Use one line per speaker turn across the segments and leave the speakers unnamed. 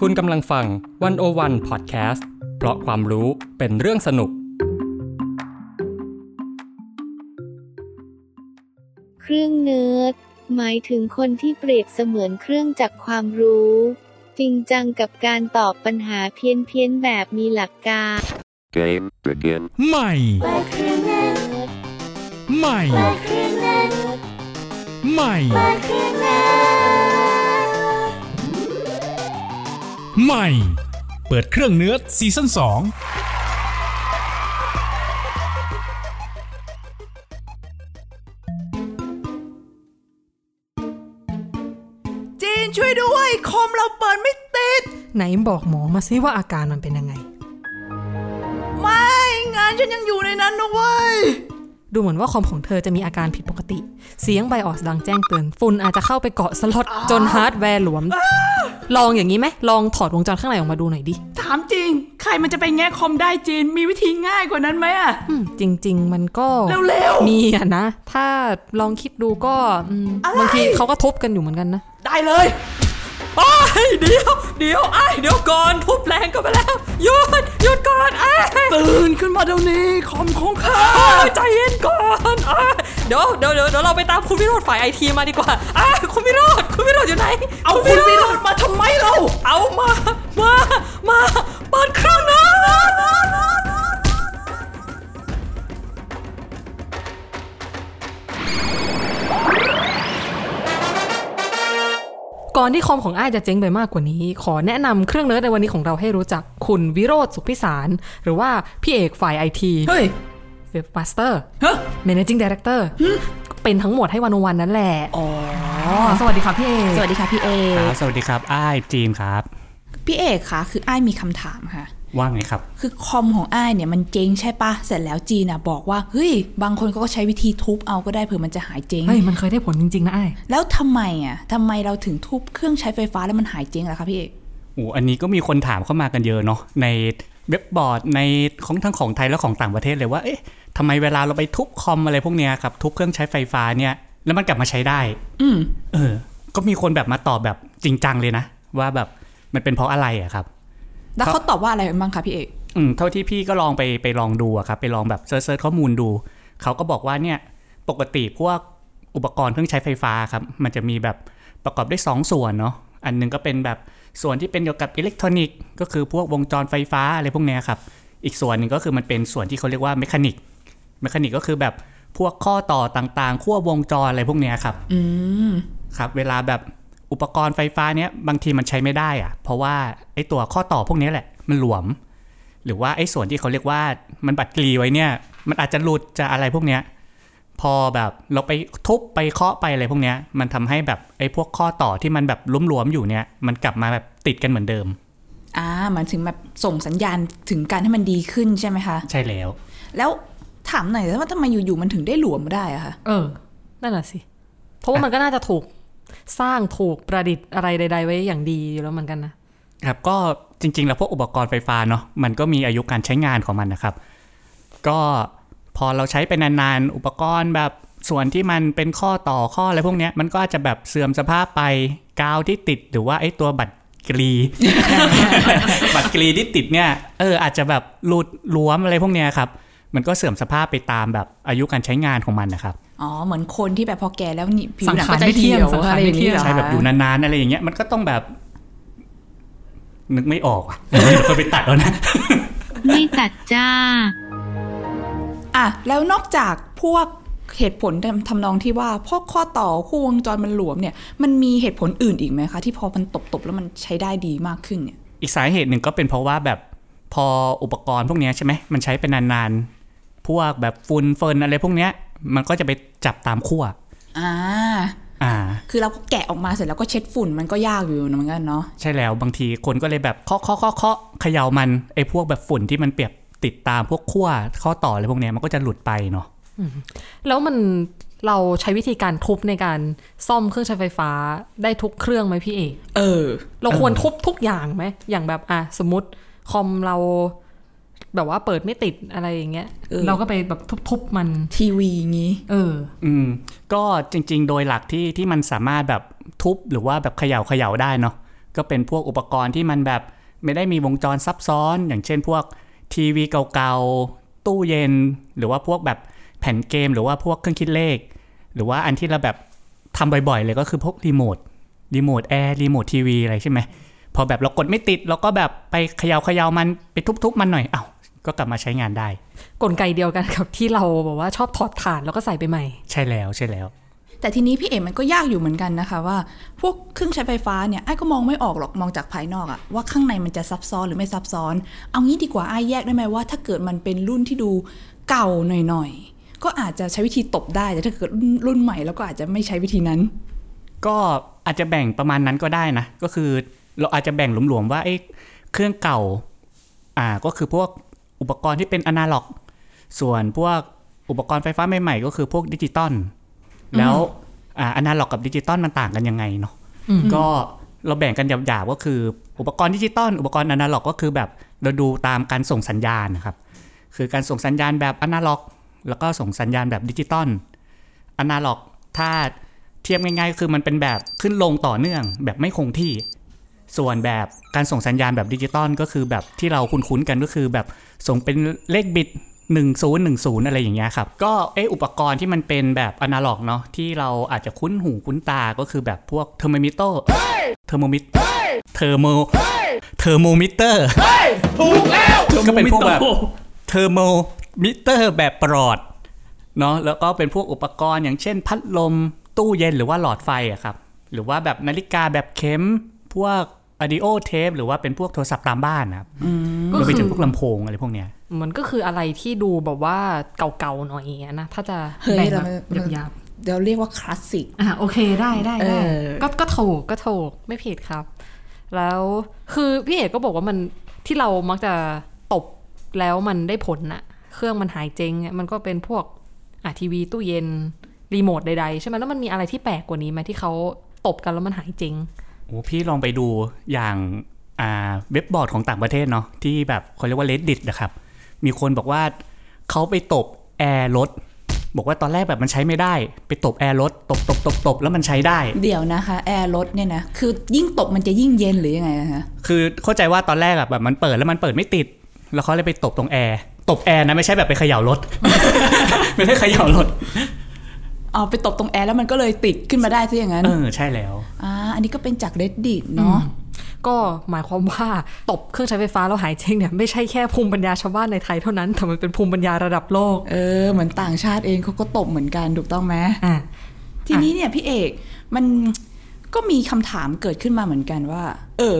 คุณกำลังฟังวันโอวันพอดแคสต์เพราะความรู้เป็นเรื่องสนุก
เครื่องเนิร์ดหมายถึงคนที่เปรียบเสมือนเครื่องจักรความรู้ จริงจังกับการตอบปัญหาเพี้ยนเพียนๆแบบมีหลักการ
Game begin.
ใหม่ ใหม่ ใหม่ ใหม่ เปิดเครื่องเนื้อซีซั่น
จีนช่วยด้วยคอมเราเปิดไม่ติด
ไหนบอกหมอมาซิว่าอาการมันเป็นยังไง
ไม่งานฉันยังอยู่ในนั้นนะเว้ย
ดูเหมือนว่าคอมของเธอจะมีอาการผิดปกติ เสียงไบออสดังแจ้งเตือน ฝุ่นอาจจะเข้าไปเกาะสล็อตจนฮาร์ดแวร์หลวม ลองอย่างนี้ไหม ลองถอดวงจรข้างในออกมาดูหน่อยดิ
ถามจริง ใครมันจะไปแง่คอมได้จีนมีวิธีง่ายกว่านั้นไหมอะ
อืมจริง ๆ มันก็
เร็ว
มีอะนะ ถ้าลองคิดดูก็อืม
อะไร
บางทีเขาก็ทบกันอยู่เหมือนกันนะ
ๆ ได้เลย
อ้ายเดี๋ยว เดี๋ยวไอ้ายเดี๋ยวก่อน ทุบแรงก็ไปแล้ว หยุด หยุดก่อนไอ้าย
ตื่นขึ้นมาเดี๋ยวนี้คอมของข้า
อ้ายใจเย็นก่อนอ้ายเดี๋ยวเดี๋ยวเดี๋ยวเดี๋ยวเราไปตามคุณวิโรธฝ่ายไอทีมาดีกว่าอ้ายคุณวิโรธคุณวิโรธอยู่ไหน
เอาคุณวิโรจน์มาทำไมเรา
เอามา มา มาเปิดเครื่องนะ
ก่อนที่คอมของอ้ายจะเจ๊งไปมากกว่านี้ ขอแนะนำเครื่องเนิร์ดในวันนี้ของเราให้รู้จักคุณวิโรธสุขพิสาร หรือว่าพี่เอกฝ่ายไอที
เฮ้ย
เว็บมาสเตอร์
ฮะ
Managing Director เป็นทั้งหมดให้วันวันนั่นแหละสวัสดีค่ะพี่เอก
สวัสดีค่ะพี่เอก
ครับสวัสดีครับ อ้ายจีมครับ
พี่เอกคะคืออ้ายมีคำถามค่ะ
ว่าไงครับ
คือคอมของอ้ายเนี่ยมันเจ๊งใช่ปะเสร็จแล้วจีนน่ะบอกว่า เฮ้ย บางคนเขาก็ใช้วิธีทุบเอาก็ได้เผื่อมันจะหายเจ๊ง
เฮ้ยมันเคยได้ผลจริง ๆ นะไอ้าย
แล้วทำไมอ่ะทำไมเราถึงทุบเครื่องใช้ไฟฟ้าแล้วมันหายเจ๊งล่ะคะพี่เอก
โอ้อันนี้ก็มีคนถามเข้ามากันเยอะเนาะ ในเว็บบอร์ดในของทั้งของไทยและของต่างประเทศเลยว่า เอ๊ะทำไมเวลาเราไปทุบคอมอะไรพวกเนี้ยครับ ทุบเครื่องใช้ไฟฟ้าเนี่ย แล้วมันกลับมาใช้ได้
อืม
เออ ก็มีคนแบบมาตอบแบบจริงจังเลยนะ ว่าแบบมันเป็นเพราะอะไรอะครับ
แล้ว
ครับ
เขาตอบว่าอะไรบ้างคะพี่เอก
อืมเท่าที่พี่ก็ลองไปไปลองดูอะครับไปลองแบบเซิร์ชข้อมูลดู เขาก็บอกว่าเนี่ยปกติพวกอุปกรณ์เครื่องใช้ไฟฟ้าครับ มันจะมีแบบประกอบด้วยสองส่วนเนาะอันหนึงก็เป็นแบบส่วนที่เป็นเกี่ยวกับอิเล็กทรอนิกส์ก็คือพวกวงจรไฟฟ้าอะไรพวกเนี้ยครับ อีกส่วนหนึ่งก็คือมันเป็นส่วนที่เขาเรียกว่าเมคานิกเมคานิกก็คือแบบพวกข้อต่อต่างๆขั้ววงจรอะไรพวกเนี้ยครับ
อืม
ครับเวลาแบบอุปกรณ์ไฟฟ้าเนี้ยบางทีมันใช้ไม่ได้อะเพราะว่าไอ้ตัวข้อต่อพวกเนี้ยแหละมันหลวม หรือว่าไอ้ส่วนที่เขาเรียกว่ามันบัดกรีไว้เนี่ย มันอาจจะหลุดจะอะไรพวกเนี้ยพอแบบเราไปทุบไปเคาะไปอะไรพวกเนี้ยมันทำให้แบบไอ้พวกข้อต่อที่มันแบบหลวมๆอยู่เนี่ยมันกลับมาแบบติดกันเหมือนเดิม
อ่าหมันถึงแบบส่งสัญญาณถึงการให้มันดีขึ้นใช่ไหมคะ
ใช่แล้ว
แล้วถามหน่อยว่าทำไมอยู่ๆมันถึงได้หลวมได้อะคะ
เออ นั่นแหะสิ เพราะว่ามันก็น่าจะถูกสร้างถูกประดิษฐ์อะไรใด ๆ ไว้อย่างดีอยู่แล้วเหมือนกันนะครับ
ก็จริงๆ แล้วพวกอุปกรณ์ไฟฟ้าเนาะมันก็มีอายุการใช้งานของมันนะครับ ก็พอเราใช้ไปนานๆ อุปกรณ์แบบส่วนที่มันเป็นข้อต่อข้ออะไรพวกเนี้ยมันก็อาจจะแบบเสื่อมสภาพไปกาวที่ติดหรือว่าไอ้ตัวบัตรกรี บัตรกรีที่ติดเนี่ยเอออาจจะแบบหลุดหลวมอะไรพวกเนี้ยครับ มันก็เสื่อมสภาพไปตามแบบอายุการใช้งานของมันนะครับ
อ๋อ เหมือนคนที่แบบพอแก่แล้วนี่ผิว
สัง
หนัง
ขาร
ก็จะ
ไม่เที่
เหี่
ยง
ยว
สังขาร
อะไรอ
ไม่
ย่าง
เที่
นี้
ยง
เหรอ
ใช่แบบ
คะ
อยู่นานๆอะไรอย่างเงี้ยมันก็ต้องแบบ นึกไม่ออกอ่ะ เดี๋ยวเราไปตัดแล้วนะ
ไม่ตัดจ้า
อ่ะแล้วนอกจากพวกเหตุผลทำนองที่ว่าพวกข้อต่อคู่วงจรมันหลวมเนี่ย มันมีเหตุผลอื่นอีกไหมคะ ที่พอมันตบๆแล้วมันใช้ได้ดีมากขึ้นเนี่ย
อีกสาเหตุหนึ่งก็เป็นเพราะว่าแบบพออุปกรณ์พวกเนี้ยใช่ไหมมันใช้เป็นนานๆ พวกแบบฝุ่นเฟิร์นอะไรพวกเนี้ยมันก็จะไปจับตามขั้ว
อ่า
อ่า
คือเราก็แกะออกมาเสร็จแล้วก็เช็ดฝุ่นมันก็ยากอยู่เหมือนกันเนาะ
ใช่แล้วบางทีคนก็เลยแบบเคาะเคาะเคาะเคาะเขย่ามันไอ้พวกแบบฝุ่นที่มันเปียกติดตามพวกขั้วข้อต่ออะไรพวกเนี้ยมันก็จะหลุดไปเนาะ
แล้วมันเราใช้วิธีการทุบในการซ่อมเครื่องใช้ไฟฟ้าได้ทุกเครื่องไหมพี่เอก
เออ
เราควรทุบทุกอย่างไหม อย่างแบบอ่ะสมมติคอมเราแบบว่าเปิดไม่ติดอะไรอย่างเงี้ย
เออ
เราก็ไปแบบทุบๆมัน
ทีวีอย่างงี้
เออ
อืมก็จริงๆ โดยหลักที่ที่มันสามารถแบบทุบหรือว่าแบบเขย่าเขย่าได้เนาะ ก็เป็นพวกอุปกรณ์ที่มันแบบไม่ได้มีวงจรซับซ้อน อย่างเช่นพวกทีวีเก่าๆ ตู้เย็น หรือว่าพวกแบบแผ่นเกม หรือว่าพวกเครื่องคิดเลข หรือว่าอันที่เราแบบทำบ่อยๆ เลยก็คือพวกรีโมทรีโมทแอร์รีโมททีวีอะไรใช่ไหม พอแบบเรากดไม่ติดเราก็แบบไปเขยา่าเขย่ามันไปทุบๆมันหน่อยเอ้าก็กลับมาใช้งานได้
กลไกเดียวกันกับที่เราบอกว่าชอบถอดฐานแล้วก็ใส่ไปใหม่
ใช่แล้วใช่แล้ว
แต่ทีนี้พี่เอ๋มันก็ยากอยู่เหมือนกันนะคะว่า พวกเครื่องใช้ไฟฟ้าเนี่ยไอ้ก็มองไม่ออกหรอกมองจากภายนอกอะว่าข้างในมันจะซับซ้อนหรือไม่ซับซ้อน เอางี้ดีกว่าไอ้แยกได้ไหมว่า ถ้าเกิดมันเป็นรุ่นที่ดูเก่าหน่อยๆก็อาจจะใช้วิธีตบได้แต่ถ้าเกิดรุ่นรุ่นใหม่แล้วก็อาจจะไม่ใช้วิธีนั้น
ก็อาจจะแบ่งประมาณนั้นก็ได้นะ ก็คือเราอาจจะแบ่งหลวมๆว่าไอ้เครื่องเก่าอ่าก็คือพวกอุปกรณ์ที่เป็นอนาล็อก ส่วนพวกอุปกรณ์ไฟฟ้าใหม่ๆ ก็คือพวกดิจิตอลแล้วอ่าอนาล็อกกับดิจิตอลมันต่างกันยังไงเนาะก็เราแบ่งกันหยาบๆก็คืออุปกรณ์ดิจิตอลอุปกรณ์อนาล็อกก็คือแบบเราดูตามการส่งสัญญาณนะครับคือการส่งสัญญาณแบบอนาล็อก แล้วก็ส่งสัญญาณแบบดิจิตอล อนาล็อกถ้าเทียบง่ายๆก็คือมันเป็นแบบขึ้นลงต่อเนื่องแบบไม่คงที่ ส่วนแบบการส่งสัญญาณแบบดิจิตอลก็คือแบบที่เราคุ้นๆกันก็คือแบบส่งเป็นเลขบิต 1010 อะไรอย่างเงี้ยครับ ก็เอออุปกรณ์ที่มันเป็นแบบอนาล็อกเนาะที่เราอาจจะคุ้นหูคุ้นตาก็คือแบบพวกเทอร์โมมิเตอร์เทอร์โมมิเทอร์โมเทอร์โมมิเตอร์ ถูกแล้วก็เป็นพวกแบบเทอร์โมมิเตอร์แบบปลอด เนาะแล้วก็เป็นพวกอุปกรณ์อย่างเช่น พัดลมตู้เย็นหรือว่าหลอดไฟอะครับ หรือว่าแบบนาฬิกาแบบเข็ม พวกอ u ดิโอเทปหรือว่าเป็นพวกโทรศัพท์ตามบ้านนะครับรวมไปถึงพวกลำโพงอะไรพวกเนี้ย
มันก็คืออะไรที่ดูแบบว่าเก่าๆหน่อยอย่างเงี้ยนะ ถ้าจะ
เฮ้ย
แบ่ง
เรา
แบ
มัน
บหยาบ
เดี๋ยวเรียกว่าคลาสสิก
ๆอ่ะโอเคได้ได้ได้
เออ
ก็ก็ถูกก็ถูกไม่ผิดครับ แล้วคือพี่เอกก็บอกว่ามันที่เรามักจะตบแล้วมันได้ผลน่ะ เครื่องมันหายเจ๊งอะมันก็เป็นพวกอ่ะทีวีตู้เย็นรีโมทใดๆ ใช่ไหมแล้วมันมีอะไรที่แปลกกว่านี้ไหมที่เขาตบกันแล้วมันหายเจ๊ง
โอ้พี่ลองไปดูอย่างอ่าเว็บบอร์ดของต่างประเทศเนาะที่แบบเขาเรียกว่า reddit นะครับ มีคนบอกว่าเขาไปตบแอร์รถบอกว่าตอนแรกแบบมันใช้ไม่ได้ ไปตบแอร์รถตบตบตบตบแล้วมันใช้ได้
เดี๋ยวนะคะแอร์รถเนี่ยนะคือยิ่งตบมันจะยิ่งเย็นหรือยังไงนะคะ
คือเข้าใจว่าตอนแรกอะแบบมันเปิดแล้วมันเปิดไม่ติด แล้วเขาเลยไปตบตรงแอร์ตบแอร์นะไม่ใช่แบบไปเขย่ารถ ไม่ได้เขย่ารถ
เอาไปตบตรงแอร์แล้วมันก็เลยติดขึ้นมาได้ซะอย่างนั้น
เออใช่แล้ว
อ่าอันนี้ก็เป็นจาก reddit เนาะ
ก็หมายความว่าตบเครื่องใช้ไฟฟ้าแล้วหายเจ๊งเนี่ยไม่ใช่แค่ภูมิปัญญาชาวบ้านในไทยเท่านั้น แต่มันเป็นภูมิปัญญาระดับโลก
เออเหมือนต่างชาติเองเขาก็ตบเหมือนกันถูกต้องไหม
อ่ะ
ทีนี้เนี่ยพี่เอกมันก็มีคำถามเกิดขึ้นมาเหมือนกันว่า เออ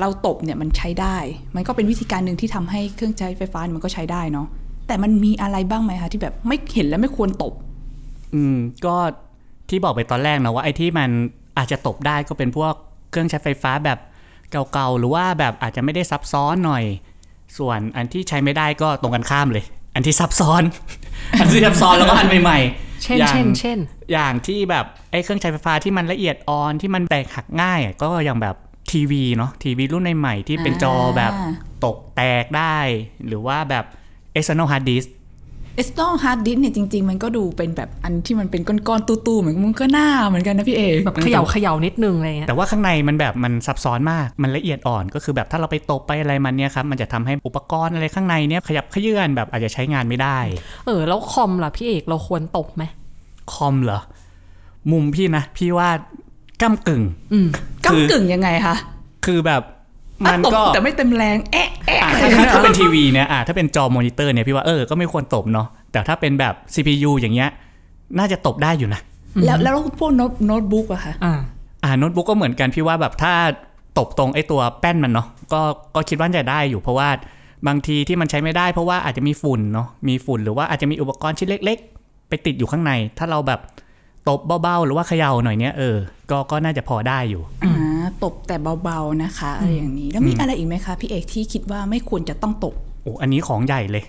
เราตบเนี่ยมันใช้ได้ มันก็เป็นวิธีการหนึ่งที่ทำให้เครื่องใช้ไฟฟ้ามันก็ใช้ได้เนาะแต่มันมีอะไรบ้างไหมคะที่แบบไม่เห็นและไม่ควรตบ
อืมก็ที่บอกไปตอนแรกนะว่าไอ้ที่มันอาจจะตบได้ก็เป็นพวกเครื่องใช้ไฟฟ้าแบบเก่าๆ หรือว่าแบบอาจจะไม่ได้ซับซ้อนหน่อย ส่วนอันที่ใช้ไม่ได้ก็ตรงกันข้ามเลย อันที่ซับซ้อน อันที่ซับซ้อนแล้วก็อันใหม่ๆ
เช่น
อย่าง
เช่นเช่น
อย่างที่แบบไอ้เครื่องใช้ไฟฟ้าที่มันละเอียดอ่อนที่มันแตกหักง่ายอะก็อย่างแบบทีวีเนาะทีวีรุ่นใหม่ๆที่เป็นจอแบบ
อ่า
ตกแตกได้ หรือว่าแบบ external hard disk
external hard disk เนี่ยจริง ๆ มันก็ดูเป็นแบบอันที่มันเป็นก้อนๆตู้ๆเหมือนมันก็หน้าเหมือนกันนะพี่เอก
แบบเขย่าเขย่านิดนึงอะไรเงี้ย
แต่ว่าข้างในมันแบบมันซับซ้อนมาก มันละเอียดอ่อนก็คือแบบถ้าเราไปตบไปอะไรมันเนี่ยครับ มันจะทำให้อุปกรณ์อะไรข้างในเนี่ยขยับเขยื่อนแบบอาจจะใช้งานไม่ได้
เออแล้วคอมล่ะพี่เอกเราควรตบไหม
คอมเหรอ มุมพี่นะ พี่ว่าก้ากึ่ง คือ
กำกึ่งยังไงคะ
คือแบบ
อ่ะ
มัน
ตบ
ก็
แต่ไม่เต็มแรง เอ๊ะเอ๊ะ
อ่ะถ้าถ้าถ้าเป็นทีวีเนี่ยอ่ะถ้าเป็นจอมอนิเตอร์เนี่ยพี่ว่าเออก็ไม่ควรตบเนาะแต่ถ้าเป็นแบบ CPU อย่างเงี้ยน่าจะตบได้อยู่นะ
แล้วแล้วพวกโน้ตบุ๊กอะคะ
อ่า
อ่าโน้ตบุ๊กก็เหมือนกันพี่ว่าแบบถ้าตบตรงไอ้ตัวแป้นมันเนาะก็ก็คิดว่าจะได้อยู่เพราะว่าบางทีที่มันใช้ไม่ได้เพราะว่าอาจจะมีฝุ่นเนาะมีฝุ่นหรือว่าอาจจะมีอุปกรณ์ชิ้นเล็ก ๆ ไปติดอยู่ข้างใน ถ้าเราแบบตบเบาๆ หรือว่าเขย่าหน่อยเนี้ยเออก็ก็น่าจะพอได้อยู่
อ่าตบแต่เบาๆนะคะอะไรอย่างนี้ แล้วมีอะไรอีกไหมคะพี่เอกที่คิดว่าไม่ควรจะต้องตบ
โอ้อันนี้ของใหญ่เลย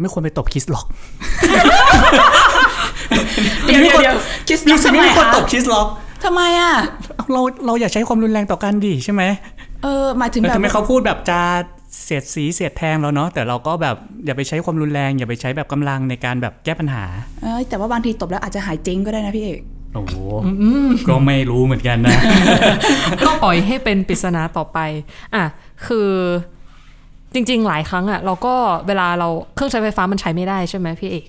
ไม่ควรไปตบคิสหรอก
เดี๋ยวเดี๋ยวคิส
มิ
ล็
ว
อก
สิ
ทำไม
ไม่ควร
คะ
ตบคิสหรอก
ทำไมอ่ะ
เอาเราเราอย่าใช้ความรุนแรงต่อกันดิใช่ไหม
เออหมายถึง
เอ
แบ
อบ ทำไมเขาพูดแบบจะเสียดสีเสียดแทงเราเนาะแต่เราก็แบบอย่าไปใช้ความรุนแรง อย่าไปใช้แบบกำลังในการแบบแก้ปัญหา
เอ้ยแต่ว่าบางทีตบแล้วอาจจะหายเจ๊งก็ได้นะพี่เอก
โอ้โหก็ไม่รู้เหมือนกันนะ
ก็ปล่อยให้เป็นปริศนาต่อไป อ่ะ คือจริง ๆ หลายครั้งอ่ะ เราก็เวลาเราเครื่องใช้ไฟฟ้ามันใช้ไม่ได้ใช่ไหมพี่เอก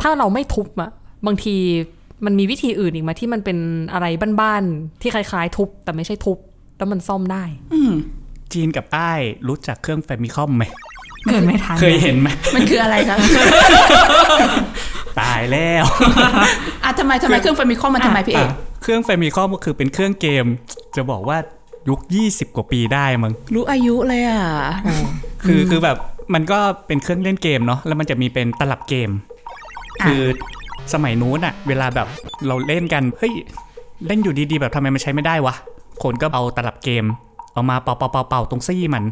ถ้าเราไม่ทุบอ่ะ บางทีมันมีวิธีอื่นอีกไหมาที่มันเป็นอะไรบ้านๆ ที่คล้ายๆ ทุบ แต่ไม่ใช่ทุบ แล้วมันซ่อมได้
จีนกับใต้รู้จักเครื่องแฟมิคอมไหม
เกิดไม่ทัน
เคยเห็นไหม
มันคืออะไรคะ
ตายแล้ว
อ่ะทำไมทำไมเครื่องไฟมิคอมมันทำไมพี่เอก
อ่ะเครื่องแฟมิคอมก็คือเป็นเครื่องเกม จะบอกว่ายุค 20 กว่าปีได้มั้ง
รู้อายุเลยอ่ะ
คือคือแบบมันก็เป็นเครื่องเล่นเกมเนาะแล้วมันจะมีเป็นตลับเกม
อ่ะ
คือสมัยนู้นอะเวลาแบบเราเล่นกันเฮ้ยเล่นอยู่ดีๆ แบบทำไมมันใช้ไม่ได้วะคนก็เอาตลับเกม เอามาเป่าเป่าเป่าเป่าตรงซี่มัน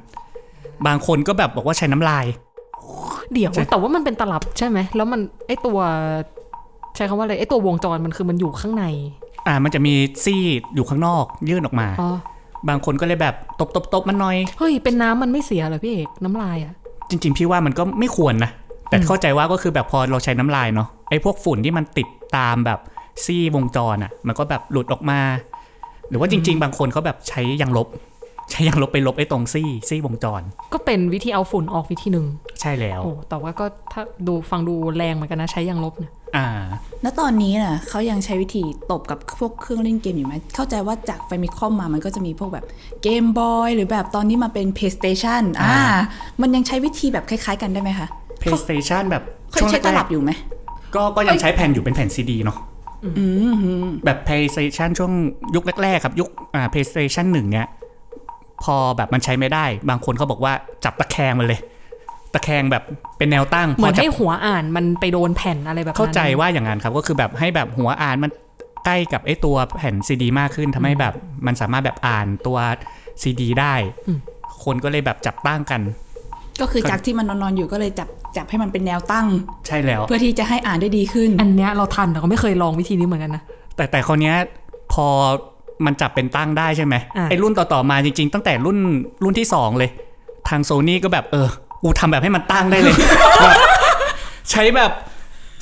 บางคนก็แบบบอกว่าใช้น้ำลาย
เดี๋ยว แต่ว่ามันเป็นตลับใช่ไหม แล้วมันไอตัว ใช้คำว่าอะไร ไอตัววงจรมันคือมันอยู่ข้างใน
อ่ามันจะมีซี่อยู่ข้างนอกยื่นออกมา
อ๋อ
บางคนก็เลยแบบตบตบตบมันหน่อย
เฮ้ย เป็นน้ำมันไม่เสียเหรอพี่เอก น้ำลายอ่ะ
จริง ๆ พี่ว่ามันก็ไม่ควรนะ แต่เข้าใจว่าก็คือแบบพอเราใช้น้ำลายเนาะไอ้พวกฝุ่นที่มันติดตามแบบซี่วงจรอ่ะ มันก็แบบหลุดออกมา หรือว่าจริง ๆ บางคนเขาแบบใช้ยางลบ ใช้ยางลบไปลบไอ้ตรงซี่ซี่วงจร
ก็เป็นวิธีเอาฝุ่นออกวิธีหนึ่ง
ใช่แล้ว
โอ้แต่ว่าก็ถ้าดูฟังดูแรงเหมือนกันนะใช้ยางลบเนี่ย
อ่า
แล้วตอนนี้น่ะเขายังใช้วิธีตบกับพวกเครื่องเล่นเกมอยู่ไหม เข้าใจว่าจากไฟมิคอมมามันก็จะมีพวกแบบเกมบอยหรือแบบตอนนี้มาเป็น PlayStation อ่า
อ่า
มันยังใช้วิธีแบบคล้ายๆ กันได้ไหมคะ
PlayStation แบบ
เขายังใช้ตลับ
แรก
อยู่ไหม
ๆก็ก็ยังใช้แผ่นอยู่เป็นแผ่นซีดีเนาะแบบ PlayStation ช่วงยุคแรกๆครับยุคอ่า PlayStation หนึ่งเนี่ยพอแบบมันใช้ไม่ได้ บางคนเขาบอกว่าจับตะแคงมันเลย ตะแคงแบบเป็นแนวตั้ง
เหมือน
พจับ
ให้หัวอ่านมันไปโดนแผ่นอะไรแบบนั้น
เข้าใจว่าอย่างนั้นครับก็คือแบบให้แบบหัวอ่านมันใกล้กับไอ้ตัวแผ่นซีดีมากขึ้นทำให้แบบมันสามารถแบบอ่านตัวซีดีได้ คนก็เลยแบบจับตั้งกัน
ก็คือ
ครับ
จากที่มันนอนๆอยู่ก็เลยจับจับให้มันเป็นแนวตั้ง
ใช่แล้ว
เพื่อที่จะให้อ่านได้ดีขึ้น
อันเนี้ยเราทันแต่ก็ไม่เคยลองวิธีนี้เหมือนกันนะ
แต่แต่คนเนี้ยพอมันจับเป็นตั้งได้ใช่ไหม
อ่ะ
ไอ้รุ่นต่อๆมาจริง ๆ ตั้งแต่รุ่นรุ่นที่สองเลย ทางโซนี่ก็แบบเออกูทำแบบให้มันตั้ง ได้เลย แบบใช้แบบ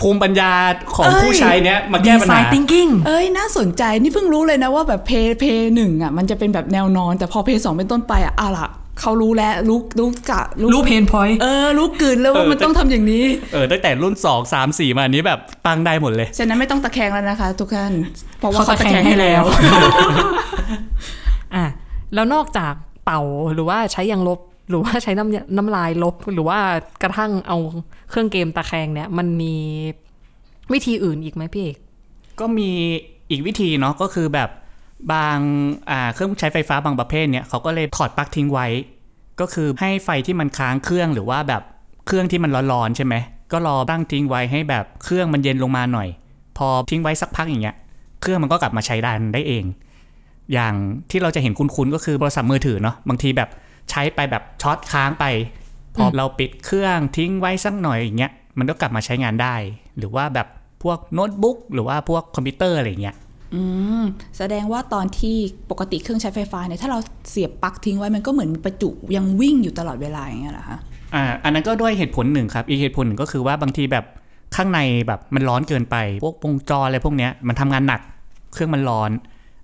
ภูมิปัญญาของผู้ใช้เนี้ยมาแก้ปัญ
ไซ
หา
thinking
เอ้ยน่าสนใจนี่เพิ่งรู้เลยนะว่าแบบเพย์เพย์หนึ่งอ่ะมันจะเป็นแบบแนวนอน แต่พอเพย์สองเป็นต้นไปอ่ะเอาล่ะเขารู้แล้วรู้รู้กะ
รู้เพนพอย
เออรู้กลืนแล้วว่ามันต้องทำอย่างนี้
เออตั้งแต่รุ่นสองสามสี่มาอันนี้แบบตั้งได้หมดเลย
ฉะนั้นไม่ต้องตะแคงแล้วนะคะ ทุกท่าน เพราะว่าเขาตะแคงให้แล้ว
อ่ะแล้วนอกจากเป่าหรือว่าใช้ยางลบหรือว่าใช้น้ำน้ำลายลบหรือว่ากระทั่งเอาเครื่องเกมตะแคงเนี่ยมันมีวิธีอื่นอีกไหมพี่เอก
ก็มีอีกวิธีเนาะก็คือแบบบางอ่าเครื่องใช้ไฟฟ้าบางประเภทเนี่ยเขาก็เลยถอดปลั๊กทิ้งไว้ ก็คือให้ไฟที่มันค้างเครื่องหรือว่าแบบเครื่องที่มันร้อนๆใช่ไหมก็รอตั้งทิ้งไว้ให้แบบเครื่องมันเย็นลงมาหน่อย พอทิ้งไว้สักพักอย่างเงี้ยเครื่องมันก็กลับมาใช้ได้ได้เอง อย่างที่เราจะเห็นคุ้นๆก็คือโทรศัพท์มือถือเนาะบางทีแบบใช้ไปแบบช็อตค้างไป พออเราปิดเครื่องทิ้งไว้สักหน่อยอย่างเงี้ยมันก็กลับมาใช้งานได้ หรือว่าแบบพวกโน้ตบุ๊กหรือว่าพวกคอมพิวเตอร์อะไรอย่างเงี้ย
อืมแสดงว่าตอนที่ปกติเครื่องใช้ไฟฟ้าเนี่ยถ้าเราเสียบปลั๊กทิ้งไว้มันก็เหมือนมีประจุยังวิ่งอยู่ตลอดเวลาอย่างเงี้ยเหรอคะ
อ่าอันนั้นก็ด้วยเหตุผลหนึ่งครับ อีกเหตุผลหนึ่งก็คือว่าบางทีแบบข้างในแบบมันร้อนเกินไป พวกวงจรอะไรพวกเนี้ยมันทำงานหนัก เครื่องมันร้อน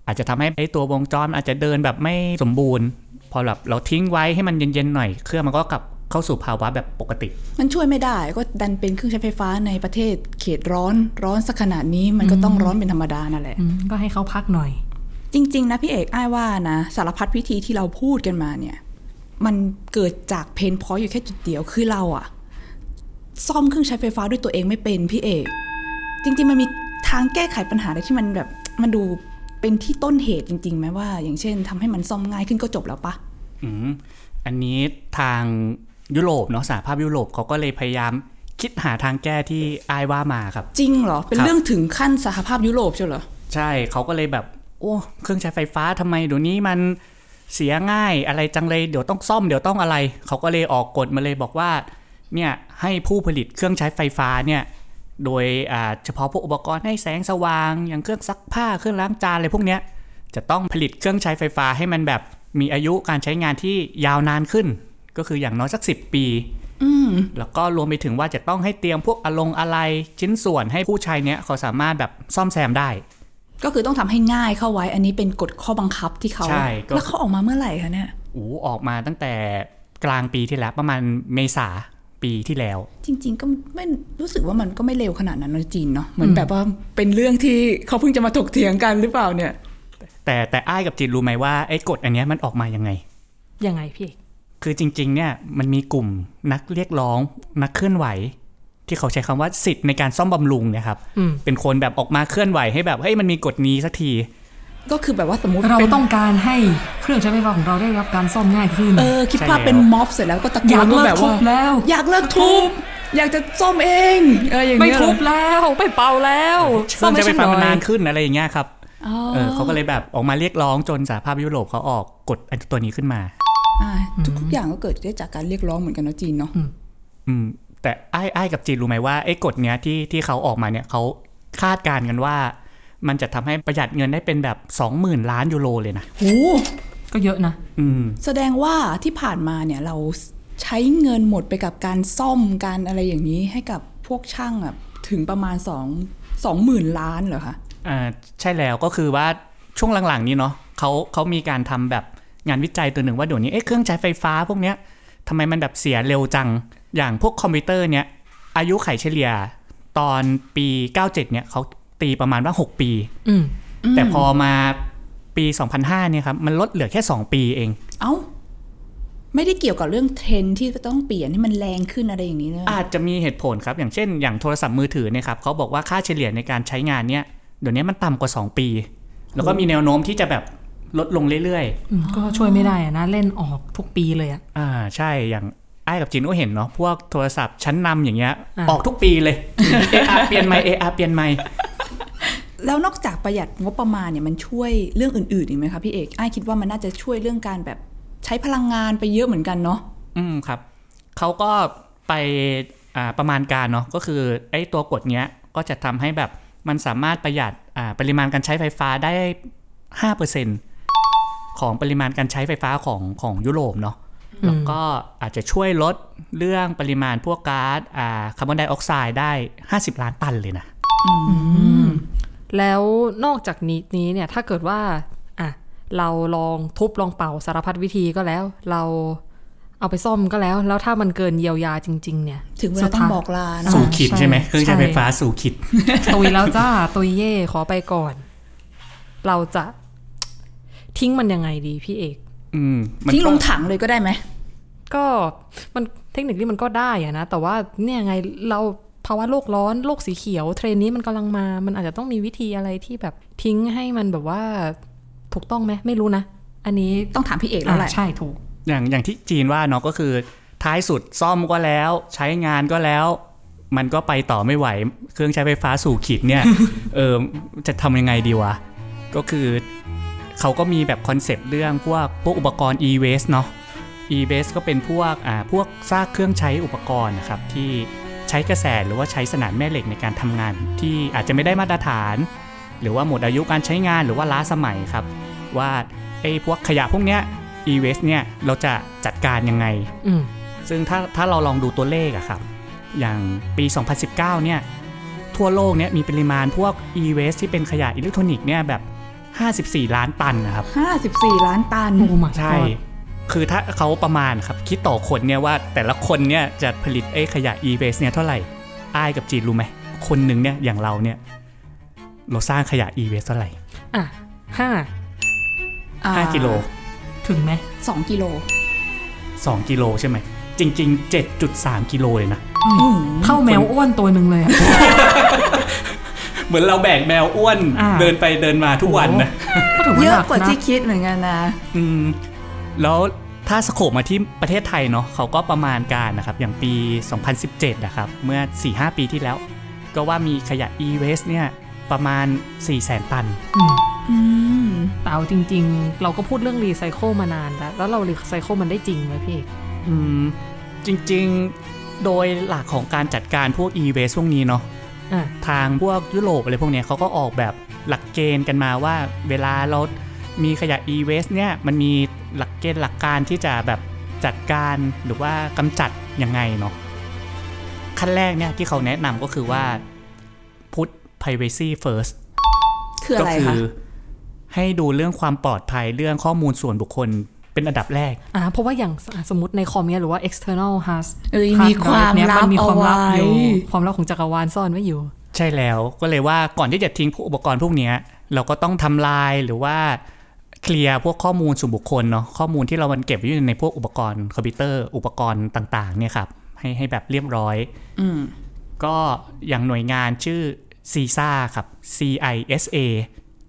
อาจจะทำให้ไอ้ตัววงจรมันอาจจะเดินแบบไม่สมบูรณ์ พอแบบเราทิ้งไว้ให้มันเย็นๆหน่อย เครื่องมันก็กลับเข้าสู่ภาวะแบบปกติ
มันช่วยไม่ได้ก็ดันเป็นเครื่องใช้ไฟฟ้าในประเทศเขตร้อนร้อนสักขนาดนี้มันก็ต้องร้อนเป็นธรรมดานั่นแหละ
อืมก็ให้เขาพักหน่อย
จริง ๆ นะพี่เอกอ้ายว่านะ สารพัดวิธีที่เราพูดกันมาเนี่ย มันเกิดจากเพนพอยอยู่แค่จุดเดียวคือเราอะซ่อมเครื่องใช้ไฟฟ้าด้วยตัวเองไม่เป็นพี่เอก จริง ๆ มันมีทางแก้ไขปัญหาอะไรที่มันแบบ มันดูเป็นที่ต้นเหตุจริงๆไหมว่า อย่างเช่นทำให้มันซ่อมง่ายขึ้นก็จบแล้วปะ
อืมอันนี้ทางยุโรปเนาะสหภาพยุโรปเขาก็เลยพยายามคิดหาทางแก้ที่อายว่ามาครับ
จริงเหรอ เป็น
ครับ
เรื่องถึงขั้นสหภาพยุโรปใช่เหรอ
ใช่เขาก็เลยแบบโอ้เครื่องใช้ไฟฟ้าทำไมเดี๋ยวนี้มันเสียง่ายอะไรจังเลยเดี๋ยวต้องซ่อมเดี๋ยวต้องอะไร เขาก็เลยออกกฎมาเลยบอกว่าเนี่ยให้ผู้ผลิตเครื่องใช้ไฟฟ้าเนี่ยโดยอ่าเฉพาะพวกอุปกรณ์ให้แสงสว่าง อย่างเครื่องซักผ้าเครื่องล้างจานอะไรพวกเนี้ยจะต้องผลิตเครื่องใช้ไฟฟ้าให้มันแบบมีอายุการใช้งานที่ยาวนานขึ้น ก็คืออย่างน้อยสัก 10 ปีแล้วก็รวมไปถึงว่าจะต้องให้เตรียมพวกอะลงอะไรชิ้นส่วนให้ผู้ใช้เนี้ยเขาสามารถแบบซ่อมแซมได้
ก็คือต้องทำให้ง่ายเข้าไว้ อันนี้เป็นกฎข้อบังคับที่เขา
ใช่ก็
แล้วเขาออกมาเมื่อไหร่คะเนี่ย
อูออกมาตั้งแต่กลางปีที่แล้วประมาณเมษาปีที่แล้ว
จริง ๆ ก็ไม่รู้สึกว่ามันก็ไม่เร็วขนาดนั้นนะจีนเนาะ เหมือนแบบว่าเป็นเรื่องที่เขาเพิ่งจะมาถกเถียงกันหรือเปล่าเนี่ย
แต่แต่อ้ายกับจิตรู้ไหมว่าไอ้กฎอันเนี้ยมันออกมายังไง
ยังไงพี่เอก
คือจริง ๆ เนี่ยมันมีกลุ่มนักเรียกร้องนักเคลื่อนไหว ที่เขาใช้คำว่าสิทธิ์ในการซ่อมบำรุงเนะครับ
อืม
เป็นคนแบบออกมาเคลื่อนไหวให้แบบเฮ้ยมันมีกฎนี้สักที
ก็คือแบบว่าสมมติ
เรา
ป็น
ต้องการให้เครื่องใช้ไฟฟ้าของเราได้รับการซ่อมง่ายขึ้น
เออคิด
ใช่
ภาพเป็น
แล้ว
ม็อบเสร็จแล้วก็ตะโก
อยาก
น
เลิ
ว่าก แบบ
ทุบ
ว่า
แล้ว
อยากเลิกทุบ อยากจะซ่อมเองอะไรอย่าง
ไม่
เงี้ย
ทุบแล้วไม่เป่าแล้ว
เค
ซ่อ
รื่อง
มให้
ใช้ไฟ
ฉันห
ฟ้า
น่อ
มันนาย นขึ้นอะไรอย่างเงี้ยครับ
อ๋อ
เออเขาก็เลยแบบออกมาเรียกร้องจนสหภาพยุโรปเขาออกกฎอันตัวนี้ขึ้นมา
อ่าทุกๆอย่างก็เกิดได้จากการเรียกร้องเหมือนกันเนอะจีนเนาะ
อืมแต่ไอ้ไอ้ายกับจีนรู้ไหมว่าไอ้กฎเนี้ยที่ที่เขาออกมาเนี่ยเขาคาดการณ์กันว่า มันจะทำให้ประหยัดเงินได้เป็นแบบ 20,000 ล้านยูโรเลยนะ
ก็เยอะนะ
อืม
แสดงว่าที่ผ่านมาเนี่ยเราใช้เงินหมดไปกับการซ่อมการอะไรอย่างนี้ให้กับพวกช่างอะถึงประมาณ2องสองหมื่นล้านเหรอคะ
อ่าใช่แล้วก็คือว่าช่วงหลังๆนี้เนาะเขาเขามีการทำแบบงานวิจัยตัวหนึ่งว่าเดี๋ยวนี้เอ๊ะเครื่องใช้ไฟฟ้าพวกเนี้ยทำไมมันแบบเสียเร็วจัง อย่างพวกคอมพิวเตอร์เนี่ยอายุไขเฉลี่ยตอนปี 97เนี่ยเขาตีประมาณว่า 6 ปี
อืม
แต่พอมาปี 2005เนี่ยครับมันลดเหลือแค่ 2 ปีเอง
เอ้า ไม่ได้เกี่ยวกับเรื่องเทรนด์ที่จะต้องเปลี่ยนให้มันแรงขึ้นอะไรอย่างนี้เลยเหรอ
อาจจะมีเหตุผลครับ อย่างเช่น อย่างโทรศัพท์มือถือเนี่ยครับเขาบอกว่าค่าเฉลี่ยในการใช้งานเนี่ยเดี๋ยวนี้มันต่ำกว่า 2 ปี แล้วก็มีแนวโน้มที่จะแบบลดลงเรื่อย
อืมก็ช่วยไม่ได้อะนะเล่นออกทุกปีเลยอะ
ๆ อ่าใช่อย่างไอ้ายกับจินก็เห็นเนาะพวกโทรศัพท์ชั้นนำอย่างเงี้ย
อ่า
ออกทุกปีเลยเออาเปลี่ยนไหมเออาเปลี่ยนไหม
แล้วนอกจากประหยัดงบประมาณเนี่ยมันช่วยเรื่องอื่นๆอีกไหมคะพี่เอกอ้ายคิดว่ามันน่าจะช่วยเรื่องการแบบใช้พลังงานไปเยอะเหมือนกันเนาะ
อืมครับเขาก็ไปอ่าประมาณการเนาะก็คือไอ้ตัวกฎเนี้ยก็จะทำให้แบบมันสามารถประหยัดอ่าปริมาณการใช้ไฟฟ้าได้ 5%ของปริมาณการใช้ไฟฟ้าของของยุโรปเนาะ
อื
แล้ว
ม
ก็อาจจะช่วยลดเรื่องปริมาณพวกก๊าซอ่าคาร์บอนไดออกไซด์ได้ 50 ล้านตันเลยนะ
แล้วนอกจากนี้นี้เนี่ยถ้าเกิดว่าอ่ะเราลองทุบลองเป่าสารพัดวิธีก็แล้ว เราเอาไปซ่อมก็แล้ว แล้วถ้ามันเกินเยียวยาจริง ๆ เนี่ย
ถึงเวลาต้องบอกลาเนอะ
สู่ขิดใช่ไหมเครื่องใช้ไฟฟ้าสู่ขิด
ตุยแล้วจ้าตุยเย่ขอไปก่อน เราจะทิ้งมันยังไงดีพี่เอก
อืมมัน
ทิ้งล
ก็
งถังเลยก็ได้ไหม
ก็มันเทคนิคที่มันก็ได้อะนะ แต่ว่าเนี่ยไงเราภาวะโลกร้อนโลกสีเขียว เทรนด์นี้มันกำลังมา มันอาจจะต้องมีวิธีอะไรที่แบบทิ้งให้มันแบบว่าถูกต้องไหมไม่รู้นะ อันนี้
ต้องถามพี่เอกแล้วแหละ
อ่าใช่ถูก
อย่างอย่างที่จีนว่าเนาะก็คือท้ายสุดซ่อมก็แล้ว ใช้งานก็แล้ว มันก็ไปต่อไม่ไหว เครื่องใช้ไฟฟ้าสู่ขิดเนี่ย เออจะทำยังไงดีวะ ก็คือเขาก็มีแบบคอนเซปต์เรื่องพวกพวกอุปกรณ์ e-waste เนาะ e-waste ก็เป็นพวกอ่าพวกซากเครื่องใช้อุปกรณ์นะครับ ที่ใช้กระแสหรือว่าใช้สนามแม่เหล็กในการทำงาน ที่อาจจะไม่ได้มาตรฐาน หรือว่าหมดอายุการใช้งานหรือว่าล้าสมัยครับ ว่าไอ้พวกขยะพวกเนี้ย e-waste เนี่ยเราจะจัดการยังไง
อืม
ซึ่งถ้าถ้าเราลองดูตัวเลขอะครับ อย่างปี 2019 เนี่ย ทั่วโลกเนี่ยมีปริมาณพวก e-waste ที่เป็นขยะอิเล็กทรอนิกส์เนี่ยแบบ 54 ล้านตันนะครับ
54 ล้านตัน
โอ้มา
ใช่ คือถ้าเขาประมาณครับ คิดต่อคนเนี่ยว่าแต่ละคนเนี่ยจะผลิตไอ้ขยะ e-waste เนี่ยเท่าไหร่อ้ายกับจีนรู้ไหม คนหนึ่งเนี่ยอย่างเราเนี่ย เราสร้างขยะ e-waste เท่าไหร่
อ่ะห้า
อ่า
5กิโล
ถึงไหม
สองกิโล
2 กิโลใช่ไหม จริง ๆ 7.3 กิโลเลยนะ
เท่าแมวอ้วนตัวหนึ่งเลยอะ
เหมือนเราแบกแมวอ้วน
อ่า
เดินไปเดินมาทุกวันนะ
ก็ถือว่า
เย
หนั
อะ
ก
กว่า
นะ
ที่คิดเหมือนกันนะ
อืมแล้วถ้าสโคบมาที่ประเทศไทยเนาะเขาก็ประมาณการนะครับ อย่างปี 2017 นะครับ เมื่อ 4-5 ปีที่แล้ว ก็ว่ามีขยะ e-waste เนี่ย ประมาณ 400,000 ตัน
อืม
อืม
แต่เอาจริง ๆ เราก็พูดเรื่องรีไซเคิลมานานแล้ว แล้วเรารีไซเคิลมันได้จริงไหมพี่เอก
อืม จริงๆ โดยหลักของการจัดการพวก e-waste พวกนี้เนาะ
อ่ะ
ทางพวกยุโรปอะไรพวกเนี้ยเขาก็ออกแบบหลักเกณฑ์กันมาว่า เวลาเรามีขยะ e-waste เนี่ยมันมีหลักเกณฑ์หลักการที่จะแบบจัดการหรือว่ากำจัดยังไงเนาะขั้นแรกเนี่ยที่เขาแนะนำก็คือว่า put privacy first
คื คือ
ก็
อะไร
คื
คะ
ให้ดูเรื่องความปลอดภัยเรื่องข้อมูลส่วนบุคคลเป็นอันดับแรก
อ่าเพราะว่าอย่างสสมมติในคอมเนี่ยหรือว่า external hard
เอ้ย
hard
มีความ
drive เนี่ย
ลับ
นมีความลับอยู่
เอาไว้
ความลับของจักรวาลซ่อนไว้อยู่
ใช่แล้วก็เลยว่าก่อนที่จะทิ้งพวกอุปกรณ์พวกเนี้ยเราก็ต้องทำลายหรือว่าเคลียร์พวกข้อมูลส่วนบุคคลเนาะข้อมูลที่เรามันเก็บไว้อยู่ในพวกอุปกรณ์คอมพิวเตอร์อุปกรณ์ต่าง ๆ เนี่ยครับ ให้ให้แบบเรียบร้อยก็อย่างหน่วยงานชื่อ CISA ครับ CISA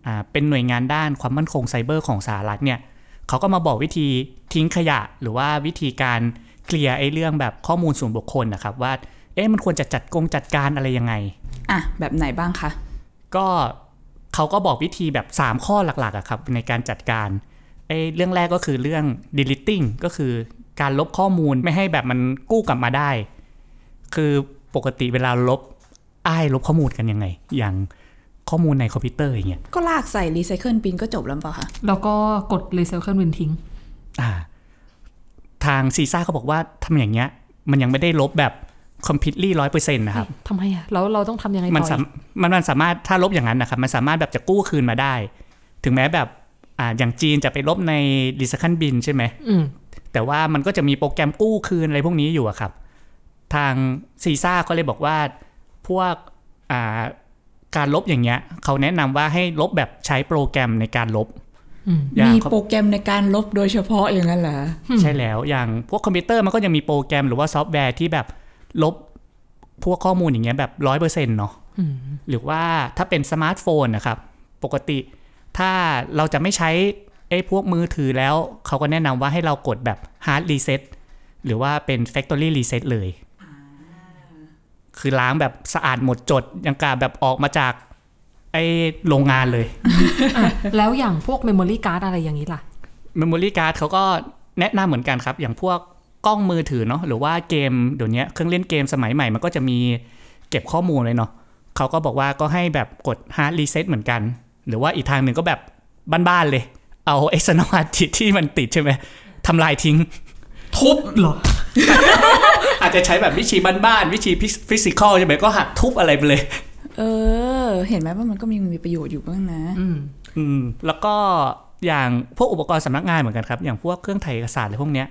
อ่าเป็นหน่วยงานด้านความมั่นคงไซเบอร์ของสหรัฐเนี่ยเขาก็มาบอกวิธีทิ้งขยะ หรือว่าวิธีการเคลียร์ไอ้เรื่องแบบข้อมูลส่วนบุคคลนะครับว่าเอ๊ะมันควรจะจัดกงจัดการอะไรยังไง
อ่ะ แบบไหนบ้างคะ
ก็เขาก็บอกวิธีแบบ 3 ข้อหลักๆอะครับในการจัดการไอ้เรื่องแรกก็คือเรื่อง deleting ก็คือการลบข้อมูลไม่ให้แบบมันกู้กลับมาได้ คือปกติเวลาลบอ้ายลบข้อมูลกันยังไง อย่างข้อมูลในคอมพิวเตอร์อย่างเงี้ย
ก็ลากใส่รีไซเคิลบินก็จบแล้วเปล่าคะ
แล้วก็กด recycle bin ทิ้ง
อ่าทางซีซ่าเขาบอกว่าทำอย่างเงี้ย มันยังไม่ได้ลบแบบ completely ร้อยเปอร์เซ็นต์นะครับ
ทำไมอ่ะ แล้วเราต้องทำยังไง
มัน
ต่อ
สา
อีก
มมันมันสามารถถ้าลบอย่างนั้นนะครับ มันสามารถแบบจะกู้คืนมาได้ ถึงแม้แบบอ่าอย่างจีนจะไปลบในดิสคันบินใช่ไหม
อืม
แต่ว่ามันก็จะมีโปรแกรมกู้คืนอะไรพวกนี้อยู่อะครับ ทางซีซ่าก็เลยบอกว่าพวกอ่าการลบอย่างเงี้ยเขาแนะนำว่าให้ลบแบบใช้โปรแกรมในการลบ
อืม
อย่า
มี
ง
โปรแกรมในการลบโดยเฉพาะอย่างนั้นเหรอ
ใช่แล้วอย่างพวกคอมพิวเตอร์มันก็ยังมีโปรแกรมหรือว่าซอฟต์แวร์ที่แบบลบพวกข้อมูลอย่างเงี้ยแบบร้อยเปอร์เซ็นต์เนาะหรือว่าถ้าเป็นสมาร์ทโฟนนะครับ ปกติถ้าเราจะไม่ใช้ไอ้พวกมือถือแล้ว เขาก็แนะนำว่าให้เรากดแบบ hard reset หรือว่าเป็น factory reset เลย คือล้างแบบสะอาดหมดจดยังกาแบบออกมาจากไอ้โรงงานเลย
แล้วอย่างพวก memory card อะไรอย่างนี้ล่ะ
เมมโมรี่การ์ดเขาก็แนะนำเหมือนกันครับ อย่างพวกกล้องมือถือเนาะหรือว่าเกมเดี๋ยวนี้เครื่องเล่นเกมสมัยใหม่มันก็จะมีเก็บข้อมูลเลยเนาะเขาก็บอกว่าก็ให้แบบกด hard reset เหมือนกัน หรือว่าอีกทางหนึ่งก็แบบบ้านๆเลย เอา external hard disk ที่มันติดใช่ไหมทำลายทิ้ง
ทุบเหรอ
อาจจะใช้แบบวิธีบ้านๆวิธีฟิสิกอลใช่ไหมก็หักทุบอะไรไปเลย
เออ เห็นไหมว่ามันก็มีมีประโยชน์อยู่บ้างนะ
อืมแล้วก็อย่างพวกอุปกรณ์สำนักงานเหมือนกันครับ อย่างพวกเครื่องถ่ายเอกสารอะไรพวกเนี้ย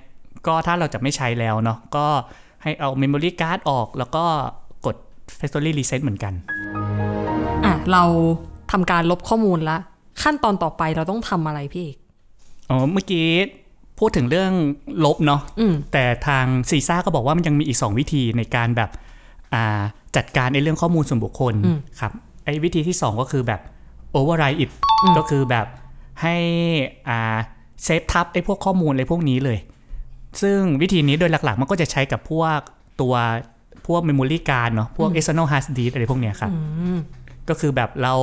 ก็ถ้าเราจะไม่ใช้แล้วเนาะก็ให้เอา Memory Card ออก แล้วก็กด Factory Reset เหมือนกัน
อ่ะ เราทำการลบข้อมูลละ ขั้นตอนต่อไปเราต้องทำอะไรพี่เอก
อ๋อ เมื่อกี้พูดถึงเรื่องลบเนาะ
อืม
แต่ทางซีซ่าก็บอกว่ามันยังมีอีก 2 วิธีในการแบบอ่าจัดการในเรื่องข้อมูลส่วนบุคคล
อืม
ครับไอ้วิธีที่ 2 ก็คือแบบ Override it ก็คือแบบให้อ่าเซฟทับไอ้พวกข้อมูลอะไรพวกนี้เลย ซึ่งวิธีนี้โดยหลักๆ มันก็จะใช้กับพวกตัวพวก Memory Card เนาะพวก external hard disk อะไรพวกเนี้ยครับ ก็คือแบบเรา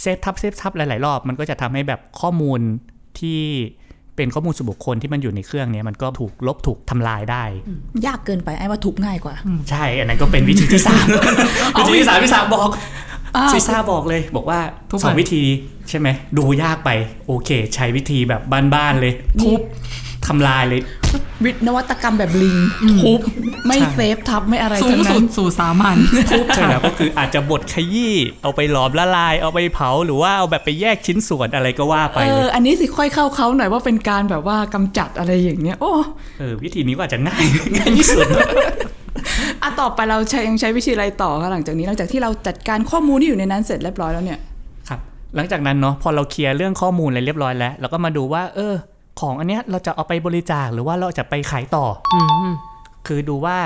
เซฟทับเซฟทับหลาย ๆ รอบ มันก็จะทำให้แบบข้อมูลที่เป็นข้อมูลส่วนบุคคลที่มันอยู่ในเครื่องเนี้ยมันก็ถูกลบถูกทำลายได้
ยากเกินไปไอ้ว่าทุบง่ายกว่า
ใช่ อันนั้นก็เป็นวิธีที่สาม วิธีที่สามพี่สามบอกซีซ่าบอกเลย บอกว่า
ทุก
สอง
วัน
วิธีใช่ไหม ดูยากไป โอเค ใช้วิธีแบบบ้าน ๆ เลยทุบทำลายเลย
วิทย์นวัตกรรมแบบลิง ทุบ ไม่
ใช่
เซฟทับไม่อะไร
สู
ทั้
ง
ง
สุ
นั้
ด
น
สู่สามัญ
ใช่แล้วก็คืออาจจะบดขยี้เอาไปหลอมละลาย เอาไปเผาหรือว่าเอาแบบไปแยกชิ้นส่วนอะไรก็ว่าไป
เอ
เล
อ
ย
อันนี้สิค่อยเข้าเขาหน่อยว่าเป็นการแบบว่ากำจัดอะไรอย่างเงี้ย โอ้
เออวิธีนี้ก็อาจจะง่าย ง่ายที่สุด
อะต่อไปเราใช้ยังใช้วิธีอะไรต่อคะหลังจากนี้หลังจากที่เราจัดการข้อมูลที่อยู่ในนั้นเสร็จเรียบร้อยแล้วเนี่ย
ครับหลังจากนั้นเนาะพอเราเคลียร์เรื่องข้อมูลอะไรเรียบร้อยแล้วเราก็มาดูว่า เออ ของอันเนี้ยเราจะเอาไปบริจาคหรือว่าเราจะไปขายต่ออคือดูว่า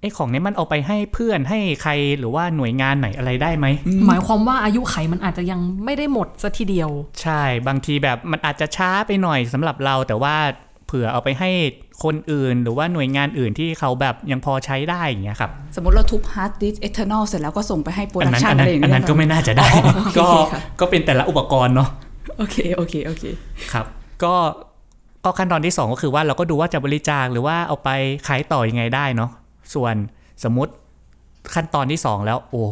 ไอ้ของเนี้ยมันเอาไปให้เพื่อนให้ใครหรือว่าหน่วยงานไหนอะไรได้ไหม
หมายความว่าอายุไขมันอาจจะยังไม่ได้หมดซะทีเดียว
ใช่บางทีแบบมันอาจจะช้าไปหน่อยสำหรับเรา แต่ว่าเผื่อเอาไปให้คนอื่น หรือว่าหน่วยงานอื่นที่เขาแบบยังพอใช้ได้อย่างเงี้ยครับ
สมมติเราทุบฮาร์ดดิสเอทานอลเสร็จแล้วก็ส่งไปให้โปร
อั
ดัก
นั้น
ชัน
อัน
อะ
นั้น
ไรอย่าง
อัน
เงี้ย
นั้นก็ไม่น่าจะได้ ก็ก็เป็นแต่ละอุปกรณ์เนาะ
โอเค โอเค โอเค
ครับก็ก็ขั้นตอนที่ 2 ก็คือว่าเราก็ดูว่าจะบริจาคหรือว่าเอาไปขายต่อยังไงได้เนาะส่วนสมมติขั้นตอนที่ 2 แล้วโอ้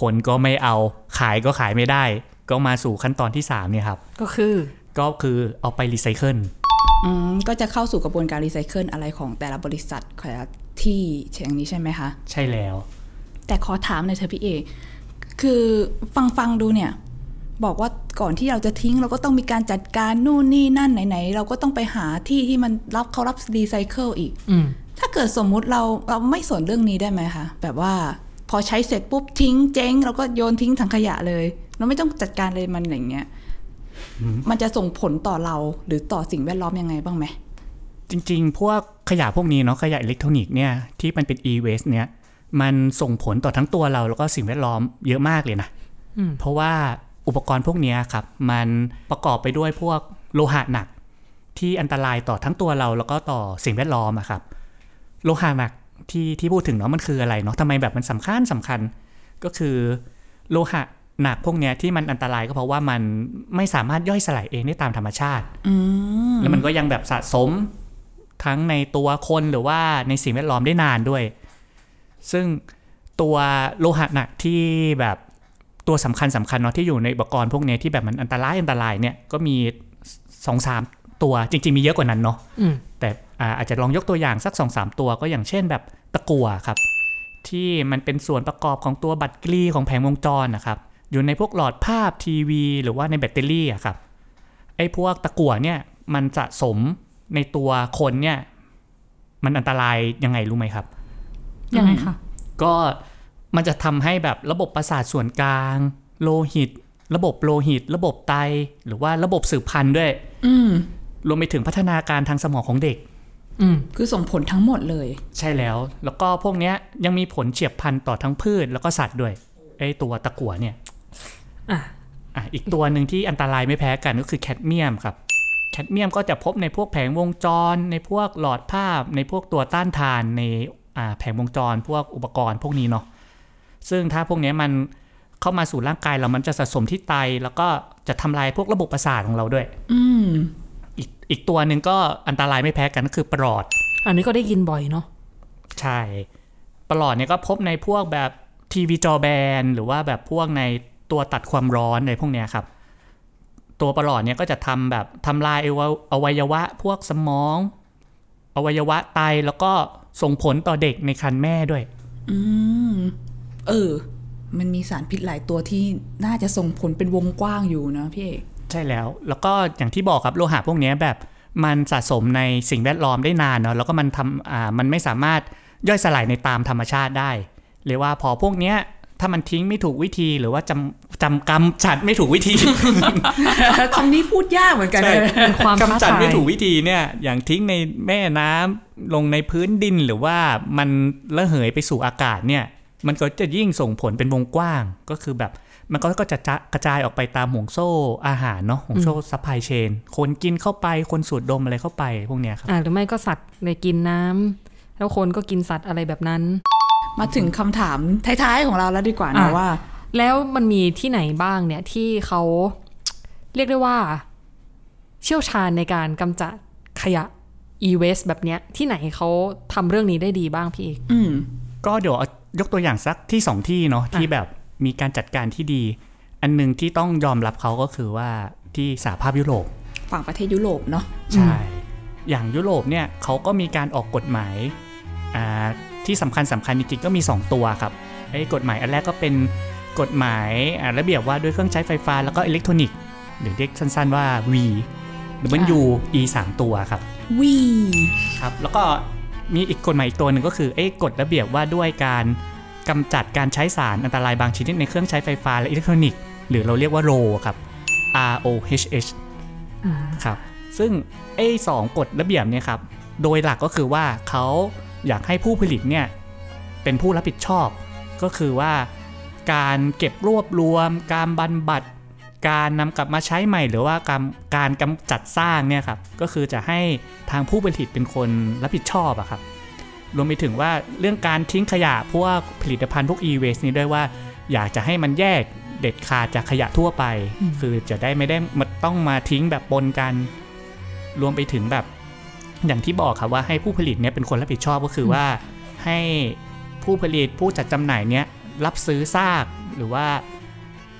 คนก็ไม่เอาขายก็ขายไม่ได้ ก็มาสู่ขั้นตอนที่3เนี่ยครับ
ก็คือ
ก็คือเอาไปรีไซเคิล
อืม ก็จะเข้าสู่กระบวนการรีไซเคิลอะไรของแต่ละบริษัทของแต่ละที่เช่นนี้ใช่ไหมคะ
ใช่แล้ว
แต่ขอถามหน่อยเธอะพี่เอกคือฟังฟังๆดูเนี่ย บอกว่าก่อนที่เราจะทิ้งเราก็ต้องมีการจัดการนู่นนี่นั่นไหนๆ เราก็ต้องไปหาที่ที่มันรับเขารับรีไซเคิลอีก
อืม
ถ้าเกิดสมมุติเราเราไม่สนเรื่องนี้ได้ไหมคะแบบว่าพอใช้เสร็จปุ๊บทิ้งเจ๊งเราก็โยนทิ้งถังขยะเลย เราไม่ต้องจัดการเลยมันอย่างเงี้ยมันจะส่งผลต่อเราหรือต่อสิ่งแวดล้อมยังไงบ้างไหม
จริงๆ พวกขยะพวกนี้เนาะขยะอิเล็กทรอนิกส์เนี่ยที่มันเป็น e-waste เนี่ยมันส่งผลต่อทั้งตัวเราแล้วก็สิ่งแวดล้อมเยอะมากเลยนะ
อืม
เพราะว่าอุปกรณ์พวกเนี้ยครับ มันประกอบไปด้วยพวกโลหะหนัก ที่อันตรายต่อทั้งตัวเราแล้วก็ต่อสิ่งแวดล้อมอะครับ โลหะหนักที่ที่พูดถึงเนาะมันคืออะไรเนาะทำไมแบบมันสำคัญสำคัญก็คือโลหะหนักพวกเนี้ยที่มันอันตรายก็เพราะว่ามันไม่สามารถย่อยสลายเองได้ตามธรรมชาติ แล้วมันก็ยังแบบสะสมทั้งในตัวคนหรือว่าในสิ่งแวดล้อมได้นานด้วย ซึ่งตัวโลหะหนักที่แบบตัวสำคัญสำคัญเนาะที่อยู่ในอุปกรณ์พวกเนี้ยที่แบบมันอันตรายอันตรายเนี่ยก็มีสองสามตัวจริง ๆ มีเยอะกว่านั้นเนาะ
อืม
แต่อ่าอาจจะลองยกตัวอย่างสักสองสามตัวก็อย่างเช่นแบบตะกั่วครับ ที่มันเป็นส่วนประกอบของตัวบัตรกลีของแผงวงจรนะครับ อยู่ในพวกหลอดภาพทีวี หรือว่าในแบตเตอรี่อะครับ ไอ้พวกตะกั่วเนี่ยมันสะสมในตัวคนเนี่ยมันอันตรายยังไงรู้ไหมครับ
ยังไงคะ
ก็มันจะทำให้แบบระบบประสาทส่วนกลาง โลหิต ระบบโลหิต ระบบไต หรือว่าระบบสืบพันธุ์ด้วย
อืม
รวมไปถึงพัฒนาการทางสมองของเด็ก
อืม
คือส่งผลทั้งหมดเลย
ใช่แล้ว แล้วก็พวกเนี้ยยังมีผลเฉียบพลันต่อทั้งพืชแล้วก็สัตว์ด้วยไอ้ตัวตะกั่วเนี่ย
อ่ะ
อ่ะอีกตัวหนึ่งที่อันตรายไม่แพ้กันก็คือแคดเมียมครับ แคดเมียมก็จะพบในพวกแผงวงจร ในพวกหลอดภาพ ในพวกตัวต้านทานในอ่าแผงวงจร พวกอุปกรณ์พวกนี้เนาะซึ่งถ้าพวกเนี้ยมันเข้ามาสู่ร่างกายเรามันจะสะสมที่ไต แล้วก็จะทำลายพวกระบบประสาทของเราด้วย
อืม
อีกอีกตัวหนึ่งก็อันตรายไม่แพ้กันก็คือปลอด
อันนี้ก็ได้ยินบ่อยเนาะ
ใช่ประหลอดเนี่ยก็พบในพวกแบบทีวีจอแบน หรือว่าแบบพวกในตัวตัดความร้อนในพวกเนี้ยครับ ตัวประหลอดเนี่ยก็จะทำแบบทำลายอวอวัยวะพวกสมอง อวัยวะไตแล้วก็ส่งผลต่อเด็กในครรภ์แม่ด้วย
อืม เออ มันมีสารพิษหลายตัวที่น่าจะส่งผลเป็นวงกว้างอยู่นะพี่เอก
ใช่แล้ว แล้วก็อย่างที่บอกครับโลหะพวกเนี้ยแบบมันสะสมในสิ่งแวดล้อมได้นานเนาะแล้วก็มันทำอ่ามันไม่สามารถย่อยสลายในตามธรรมชาติได้เรียกว่าพอพวกเนี้ยถ้ามันทิ้งไม่ถูกวิธีหรือว่าจำจำกำจัดไม่ถูกวิธี
คำนี้พูดยากเหมือนกัน
ใช่
นะ
เป็นความท้าทาย
กำจัดไม่ถูกวิธีเนี่ย อย่างทิ้งในแม่น้ำลงในพื้นดินหรือว่ามันระเหยไปสู่อากาศเนี่ย มันก็จะยิ่งส่งผลเป็นวงกว้างก็คือแบบ มันก็ก็จะจะกระจายออกไปตามห่วงโซ่อาหารเนาะห่วงโซ่ซัพพลายเชนคนกินเข้าไปคนสูดดมอะไรเข้าไปพวกเนี้ยครับ
อ่าหรือไม่ก็สัตว์เลยกินน้ำแล้วคนก็กินสัตว์อะไรแบบนั้น
มาถึงคำถามท้ายๆของเราแล้วดีกว่านะ
อ่ะ
ว่า
แล้วมันมีที่ไหนบ้างเนี่ยที่เขา เรียกได้ว่า เชี่ยวชาญในการกำจัดขยะ e-waste แบบเนี้ย ที่ไหนเขาทำเรื่องนี้ได้ดีบ้างพี่เอก
อืม
ก็เดี๋ยวเอายกตัวอย่างสักที่สองที่เนาะที่แบบมีการจัดการที่ดี อันหนึ่งที่ต้องยอมรับเขาก็คือว่าที่สหภาพยุโรป
ฝั่งประเทศยุโรปเนาะ
ใช่ อย่างยุโรปเนี่ยเขาก็มีการออกกฎหมายอ่าที่สำคัญสำคัญจริงๆก็มี 2 ตัวครับไอ้กฎหมายอันแรกก็เป็นกฎหมายอ่าระเบียบว่าด้วยเครื่องใช้ไฟฟ้าแล้วก็อิเล็กทรอนิกส์หรือเรียกสั้นๆว่า V หรือมัน U E 3ตัวครับ
วี
ครับแล้วก็มีอีกกฎหมายอีกตัวหนึ่งก็คือไอ้กฎระเบียบว่าด้วยการกำจัดการใช้สารอันตรายบางชนิดในเครื่องใช้ไฟฟ้าและอิเล็กทรอนิกส์หรือเราเรียกว่าโรครับ R O H H ครับซึ่งไอ้สองกฎระเบียบเนี่ยครับโดยหลักก็คือว่าเขาอยากให้ผู้ผลิตเนี่ยเป็นผู้รับผิดชอบ ก็คือว่าการเก็บรวบรวม การบรรบัด การนำกลับมาใช้ใหม่ หรือว่าการการกำจัดสร้างเนี่ยครับก็คือจะให้ทางผู้ผลิตเป็นคนรับผิดชอบอะครับรวมไปถึงว่าเรื่องการทิ้งขยะพวกผลิตภัณฑ์พวก e-waste นี้ด้วยว่า อยากจะให้มันแยกเด็ดขาดจากขยะทั่วไป คือจะได้ไม่ได้มาต้องมาทิ้งแบบปนกัน รวมไปถึงแบบอย่างที่บอกครับว่าให้ผู้ผลิตเนี่ยเป็นคนรับผิดชอบก็คือว่าให้ผู้ผลิตผู้จัดจำหน่ายเนี่ยรับซื้อซากหรือว่า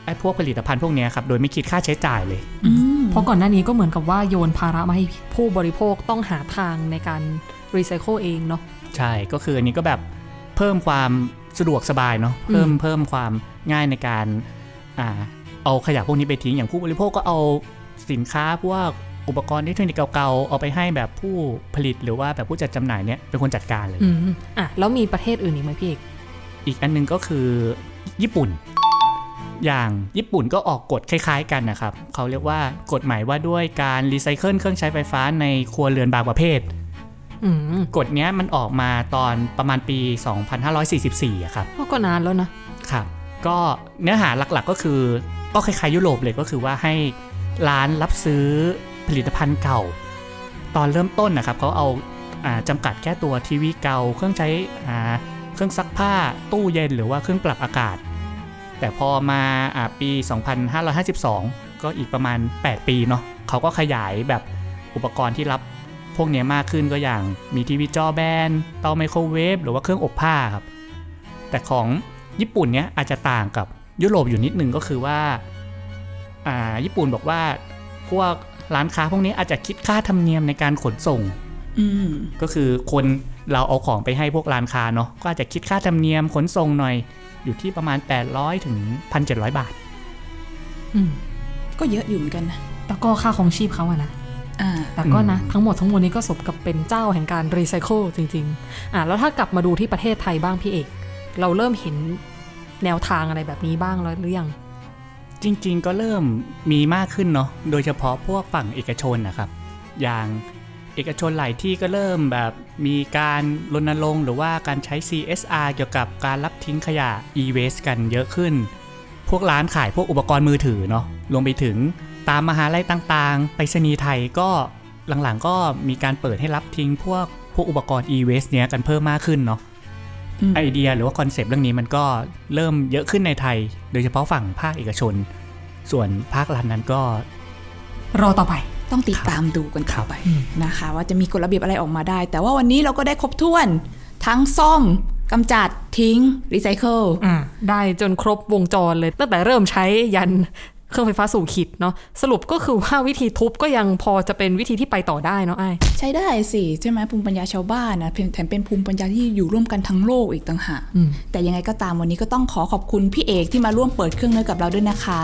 ไอ้พวกผลิตภัณฑ์พวกเนี้ยครับ โดยไม่คิดค่าใช้จ่ายเลย
เพราะก่อนหน้านี้ก็เหมือนกับว่าโยนภาระมาให้ผู้บริโภคต้องหาทางในการรีไซเคิลเองเนาะ
ใช่ ก็คืออันนี้ก็แบบเพิ่มความสะดวกสบายเนาะ เพิ่มเพิ่มความง่ายในการอ่า เอาขยะพวกนี้ไปทิ้งอย่างผู้บริโภคก็เอาสินค้าพวกอุปกรณ์อิเล็กทรอนิกส์เก่าๆเอาไปให้แบบผู้ผลิตหรือว่าแบบผู้จัดจำหน่ายเนี่ยเป็นคนจัดการเลย
อืมอ่ะแล้วมีประเทศอื่นอีกไหมพี่เอก
อีกอันหนึงก็คือญี่ปุ่น อย่างญี่ปุ่นก็ออกกฎคล้ายๆกันนะครับ เขาเรียกว่ากฎหมายว่าด้วยการรีไซเคิลเครื่องใช้ไฟฟ้าในครัวเรือนบางประเภท
อืม
กฎเนี้ยมันออกมาตอนประมาณปี 2544อะครับ
ก็นานแล้วนะ
ครับ ก็เนื้อหาหลักๆก็คือก็คล้ายๆยุโรปเลยก็คือว่าให้ร้านรับซื้อผลิตภัณฑ์เก่า ตอนเริ่มต้นนะครับเขาเอาอ่าจำกัดแค่ตัวทีวีเก่า เครื่องใช้อ่าเครื่องซักผ้าตู้เย็นหรือว่าเครื่องปรับอากาศ แต่พอมาอ่าปี 2552 ก็อีกประมาณ 8 ปีเนาะเขาก็ขยายแบบอุปกรณ์ที่รับพวกเนี้ยมากขึ้นก็อย่างมีทีวีจอแบนเตาไมโครเวฟหรือว่าเครื่องอบผ้าครับ แต่ของญี่ปุ่นเนี้ยอาจจะต่างกับยุโรปอยู่นิดนึงก็คือว่าอ่า ญี่ปุ่นบอกว่าพวกร้านค้าพวกนี้อาจจะคิดค่าธรรมเนียมในการขนส่ง
อืม
ก็คือคนเราเอาของไปให้พวกร้านค้าเนาะก็อาจจะคิดค่าธรรมเนียมขนส่งหน่อย อยู่ที่ประมาณ 800ถึง1,700 บาท
อืม
ก็เยอะอยู่เหมือนกันนะ
แล้วก็ค่าของชีพเขาอะนะ
อ่า
แต่ก็นะ
อืม
ทั้งหมดทั้งมวลนี้ก็สมกับเป็นเจ้าแห่งการรีไซเคิลจริง ๆ อ่ะ แล้วถ้ากลับมาดูที่ประเทศไทยบ้างพี่เอก เราเริ่มเห็นแนวทางอะไรแบบนี้บ้างแล้วหรือยัง
จริงๆก็เริ่มมีมากขึ้นเนาะ โดยเฉพาะพวกฝั่งเอกชนนะครับ อย่างเอกชนหลายที่ก็เริ่มแบบมีการรณรงค์หรือว่าการใช้ CSR เกี่ยวกับการรับทิ้งขยะ e-waste กันเยอะขึ้น พวกร้านขายพวกอุปกรณ์มือถือเนาะรวมไปถึงตามมหาลัยต่างๆ ไปรษณีย์ไทยก็หลังๆก็มีการเปิดให้รับทิ้งพวกพวกอุปกรณ์ e-waste เนี้ยกันเพิ่มมากขึ้นเนาะ
อืม
ไอเดียหรือว่าคอนเซปต์เรื่องนี้มันก็เริ่มเยอะขึ้นในไทย โดยเฉพาะฝั่งภาคเอกชน ส่วนภาครัฐนั้นก็
รอต่อไป
ต้องติดตามดูกันต่อไปนะคะ ว่าจะมีกฎระเบียบอะไรออกมาได้ แต่ว่าวันนี้เราก็ได้ครบถ้วน ทั้งซ่อมกำจัดทิ้งรีไซเคิล
อ่าได้จนครบวงจรเลย ตั้งแต่เริ่มใช้ยันเครื่องไฟฟ้าสู่ขิดเนาะสรุปก็คือว่าวิธีทุบก็ยังพอจะเป็นวิธีที่ไปต่อได้เนาะไอ้าย
ใช้ได้สิ ใช่ไหมภูมิปัญญาชาวบ้านนะเพียงแถมเป็นภูมิปัญญาที่อยู่ร่วมกันทั้งโลกอีกต่างหาก
อืม
แต่ยังไงก็ตามวันนี้ก็ต้องขอขอบคุณพี่เอกที่มาร่วมเปิดเครื่องเนื้อกับเราด้วยนะคะ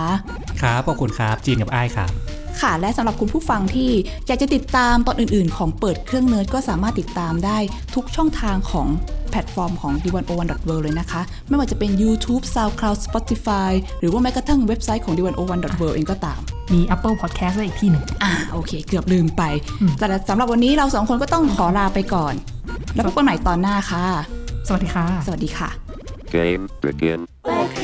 ครับขอบคุณครับ จีนกับไอ้ายครับ
ค่ะและสำหรับคุณผู้ฟังที่อยากจะติดตามตอนอื่นๆ ของเปิดเครื่องเนิร์ดก็สามารถติดตามได้ทุกช่องทางของแพลตฟอร์มของ d 1 0 1 w o r l d เลยนะคะ ไม่ว่าจะเป็น YouTube, SoundCloud, Spotify หรือว่าแม้กระทั่งเว็บไซต์ของ d 1 0 1 w o r l d เองก็ตาม
มี Apple Podcast ได้อีกที่หนึ่ง
อ่าโอเค เกือบลืมไป แต่สำหรับวันนี้เราสองคนก็ต้องขอลาไปก่อน แล้วพบกันใหม่ตอนหน้าค่ะ
สวัสดีค่ะ
สวัสดีค่ะ
Game begin.
Welcome